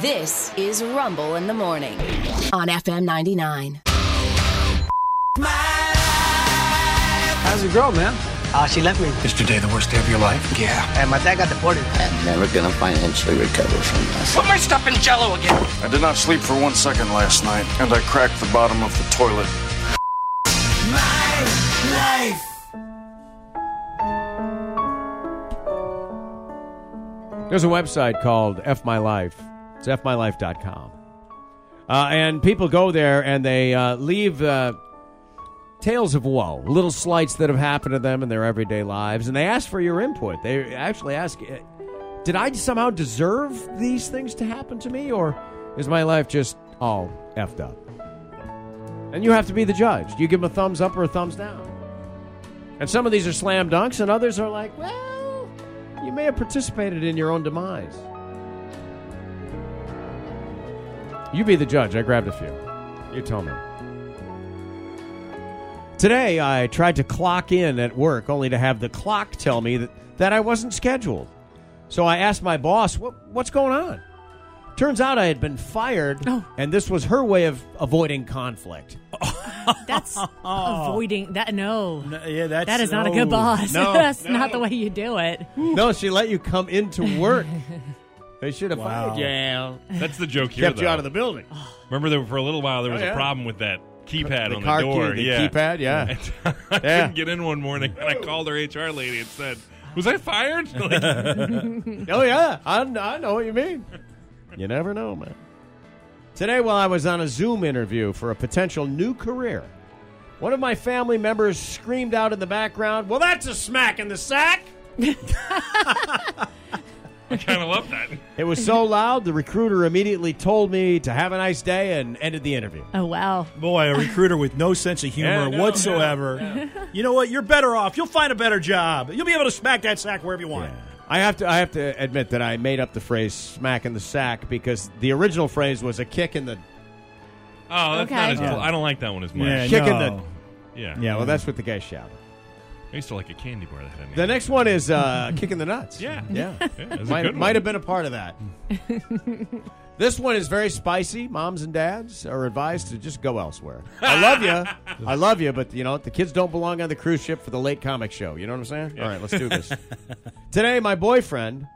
This is Rumble in the Morning on FM 99. How's your girl, man? Uh, she left me. Is today the worst day of your life? Yeah. And my dad got deported. I'm never gonna financially recover from this. Put my stuff in jello again. I did not sleep for one second last night, and I cracked the bottom of the toilet. There's a website called F My Life. It's fmylife.com. Uh, and people go there and they uh, leave uh, tales of woe, little slights that have happened to them in their everyday lives. And they ask for your input. They actually ask, uh, did I somehow deserve these things to happen to me? Or is my life just all effed up? And you have to be the judge. Do you give them a thumbs up or a thumbs down? And some of these are slam dunks, and others are like, well, you may have participated in your own demise. You be the judge. I grabbed a few. You tell me. Today, I tried to clock in at work only to have the clock tell me that, that I wasn't scheduled. So I asked my boss, what, What's going on? Turns out I had been fired, Oh. and this was her way of avoiding conflict. That's Oh. avoiding that. No, yeah, that's- that is not a good oh, boss. no, that's no. not the way you do it. No, she let you come into work. They should have fired you. Yeah. That's the joke here. Kept you though. out of the building. Oh, Remember, there, for a little while, there was yeah. a problem with that keypad The on car the door. key, the yeah. keypad, yeah. And I Yeah. couldn't get in one morning, and I called her HR lady and said, "Was I fired?" Like, Oh yeah, I, I know what you mean. You never know, man. Today, while I was on a Zoom interview for a potential new career, one of my family members screamed out in the background, "Well, that's a smack in the sack!" I kind of love that. It was so loud, the recruiter immediately told me to have a nice day and ended the interview. Oh wow. Boy, a recruiter with no sense of humor Yeah, no, Oh, whatsoever. You know what? You're better off. You'll find a better job. You'll be able to smack that sack wherever you want. I have to I have to admit that I made up the phrase "smack in the sack" because the original phrase was a kick in the Oh, that's not Okay. as. Cool. I don't like that one as much. Yeah, kick in no. Yeah. yeah. yeah. Well, that's what the guy shouted. I used to like a candy bar that had. an The ad. next one is uh, kicking the nuts. Yeah. yeah. Yeah, that was a good might, one. might have been a part of that. this one is very spicy. Moms and dads are advised to just go elsewhere. I love you. I love you, but you know, the kids don't belong on the cruise ship for the late comic show. You know what I'm saying? All right, let's do this. Today, my boyfriend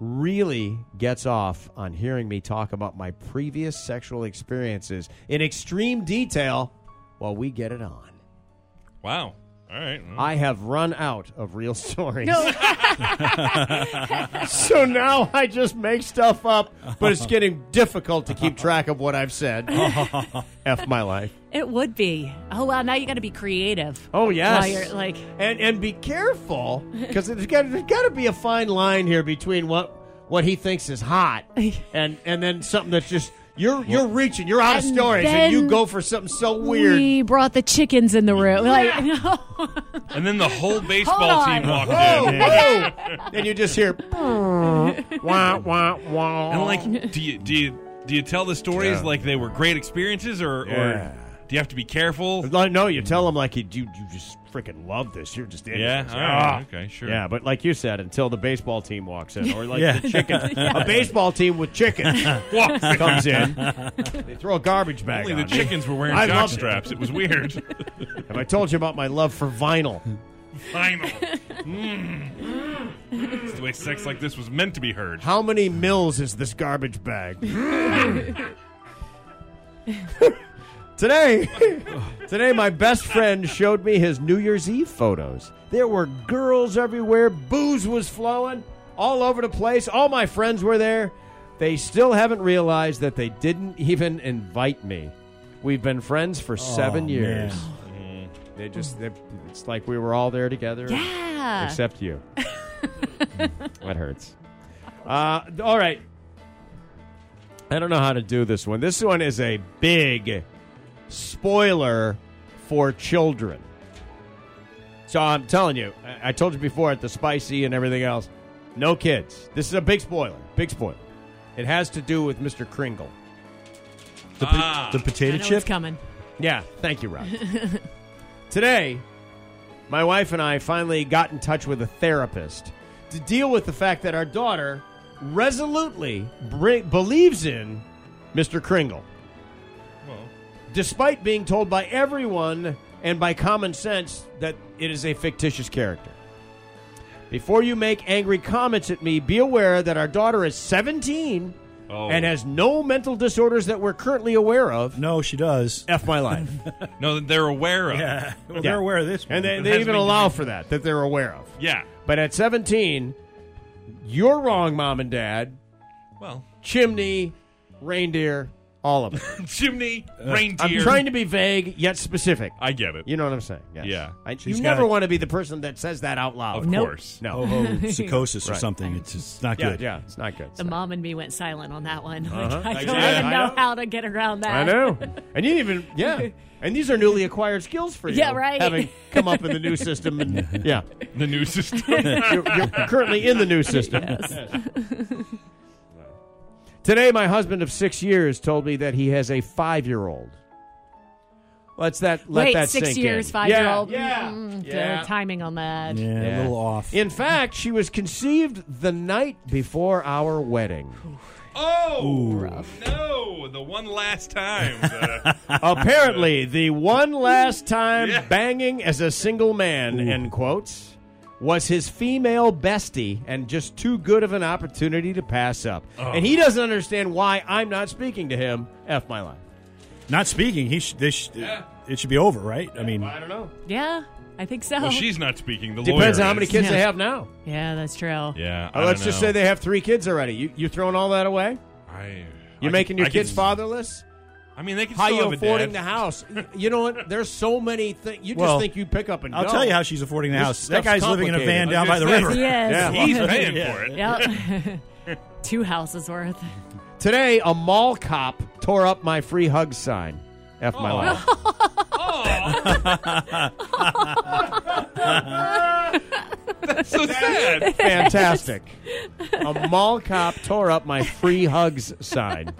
really gets off on hearing me talk about my previous sexual experiences in extreme detail while we get it on. Wow. All right. Well, I have run out of real stories. so now I just make stuff up, but it's getting difficult to keep track of what I've said. F my life. It would be. Oh wow. Now you got to be creative. Oh, yes. While you're, like And and be careful because there's got there's got to be a fine line here between what what he thinks is hot and and then something that's just you're you're reaching, you're out of And stories, and you then go for something so weird. we brought the chickens in the room. Like no. and then the whole baseball on. team walked Whoa, in. whoa. Oh, and you just hear wah, wah, wah. And like, do you do you do you tell the stories Yeah. like they were great experiences, or, Yeah. or do you have to be careful? Like, no, you tell them like you you, you just freaking love this. You're just into Yeah. this. All right. Ah. Okay. Sure. Yeah, but like you said, until the baseball team walks in, or like Yeah. the chicken, a baseball team with chickens Walks in. comes in. They throw a garbage bag. Only on the me. chickens were wearing I jock loved it. straps. It. was weird. Have I told you about my love for vinyl? Final. Mm. It's the way sex like this was meant to be heard. How many mills is this garbage bag? today, today, my best friend showed me his New Year's Eve photos. There were girls everywhere, booze was flowing all over the place. All my friends were there. They still haven't realized that they didn't even invite me. We've been friends for seven man. years. Oh, Mm-hmm. They just, they, it's like we were all there together yeah. except you. that hurts. Uh, all right. I don't know how to do this one. This one is a big spoiler for children. So I'm telling you, I, I told you before at the spicy and everything else, no kids. This is a big spoiler. Big spoiler. It has to do with Mr. Kringle. The, po- Ah. the I potato know chip. it's coming. Yeah, thank you, Rob. Today, my wife and I finally got in touch with a therapist to deal with the fact that our daughter resolutely bri- believes in Mr. Kringle. Despite being told by everyone and by common sense that it is a fictitious character. Before you make angry comments at me, be aware that our daughter is 17 Oh. and has no mental disorders that we're currently aware of. No, she does. F my life. No, that they're aware of. Yeah. Well, Yeah. they're aware of this. and one. they, It they has even been allow given- for that, that they're aware of. Yeah. But at 17, you're wrong, mom and dad. Well, Chimney, reindeer, all of it. chimney, Uh, I'm reindeer. trying to be vague yet specific. I get it. You know what I'm saying? Yes. Yeah. I, She's you never got- want to be the person that says that out loud. Of Nope. course. No. Oh, oh, psychosis or Right. something. It's, it's not yeah, good. yeah. It's not good. The mom and me went silent on that one. Uh-huh. I I don't did. even I know know. how to get around that. I know. And you even yeah. And these are newly acquired skills for you. Yeah, right. Having come up in the new system and yeah. The new system. You're, you're currently in the new system. Today my husband of 6 years told me that he has a 5-year-old. Let's that let Wait, that six sink years, in. five year Yeah, old. Yeah. Mm, the yeah. timing on that. Yeah, Yeah. a little off. In fact, she was conceived the night before our wedding. oh no! The one last time. The- Apparently, the one last time Yeah. banging as a single man, end quotes, was his female bestie and just too good of an opportunity to pass up. And he doesn't understand why I'm not speaking to him. F my life. Not speaking. He sh- this sh- It should be over, right? I mean, don't know. Yeah, I think so. well, she's not speaking. The lawyer Oh. Depends on how many is. kids they Yeah. have now. yeah, that's true. Yeah. Uh, I let's don't just know. say they have three kids already. You, you throwing all that away? I, You're I making can- your I kids can- fatherless? I mean, they can How still you have a affording the dad. house? you know what? There's so many things. You just Well, think you pick up and I'll go. tell you how she's affording the This house. That stuff's guy's living in a complicated. van down by the Yes. river. He Yeah. is. He's paying for it. Yep. Two houses worth. Today, a mall cop tore up my free hug sign. F Oh. my life. So sad. Fantastic. a mall cop tore up my free hugs sign.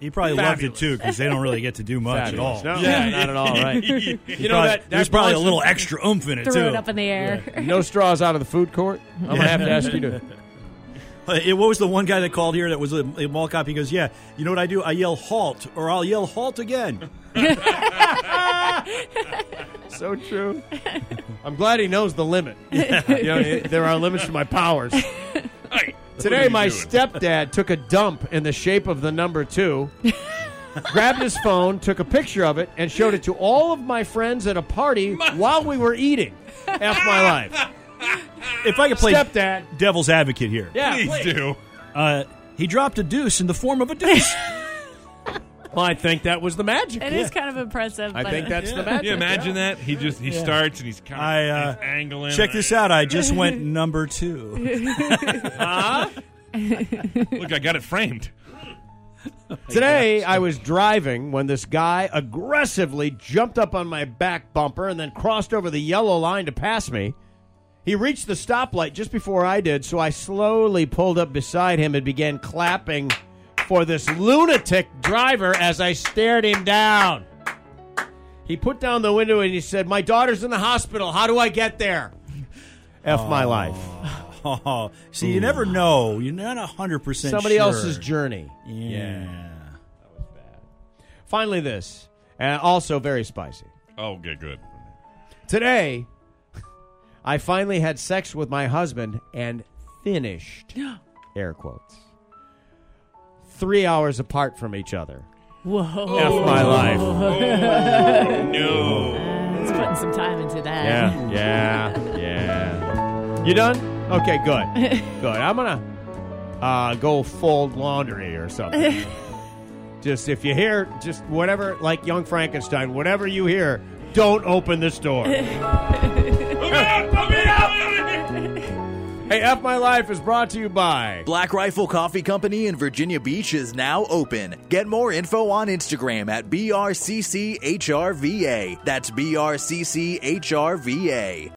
He probably loved it too because they don't really get to do much at all. No, Yeah. not at all, right. you You know Probably- that, that there's probably a person- little extra oomph in it Threw too. it up in the air. no straws out of the food court. I'm gonna have to ask you to Uh, it- what was the one guy that called here that was a, a mall cop? He goes, "Yeah, you know what I do? I yell halt, or I'll yell halt again." So true. I'm glad he knows the limit. You know, it- there are limits to my powers. Today, my stepdad took a dump in the shape of the number two, grabbed his phone, took a picture of it, and showed it to all of my friends at a party while we were eating. F my life. If I could play Stepdad. devil's advocate here, Yeah, Please please. do. uh, he dropped a deuce in the form of a deuce. Well, I think that was the magic. It is kind of impressive. I but think that's the Can magic. you imagine that? He just he starts and he's kind of I, uh, he's angling. Check this out. I just went number two. Look, I got it framed. Today, I was driving when this guy aggressively jumped up on my back bumper and then crossed over the yellow line to pass me. He reached the stoplight just before I did, so I slowly pulled up beside him and began clapping for this lunatic driver as I stared him down. He put down the window and he said, My daughter's in the hospital. How do I get there? F my life. Oh, see, you never know. You're not hundred percent. Somebody sure. else's journey. Yeah. Finally, this. Uh, also very spicy. Oh, good, good. Today, I finally had sex with my husband and finished, air quotes, three hours apart from each other. Whoa. F my life. No. It's putting some time into that. Yeah, yeah, yeah. You done? Okay, good. Good. I'm going to uh, go fold laundry or something. just if you hear, just whatever, like young Frankenstein, whatever you hear, don't open this door. Hey, F My Life is brought to you by. Black Rifle Coffee Company in Virginia Beach is now open. Get more info on Instagram at BRCCHRVA. That's BRCCHRVA.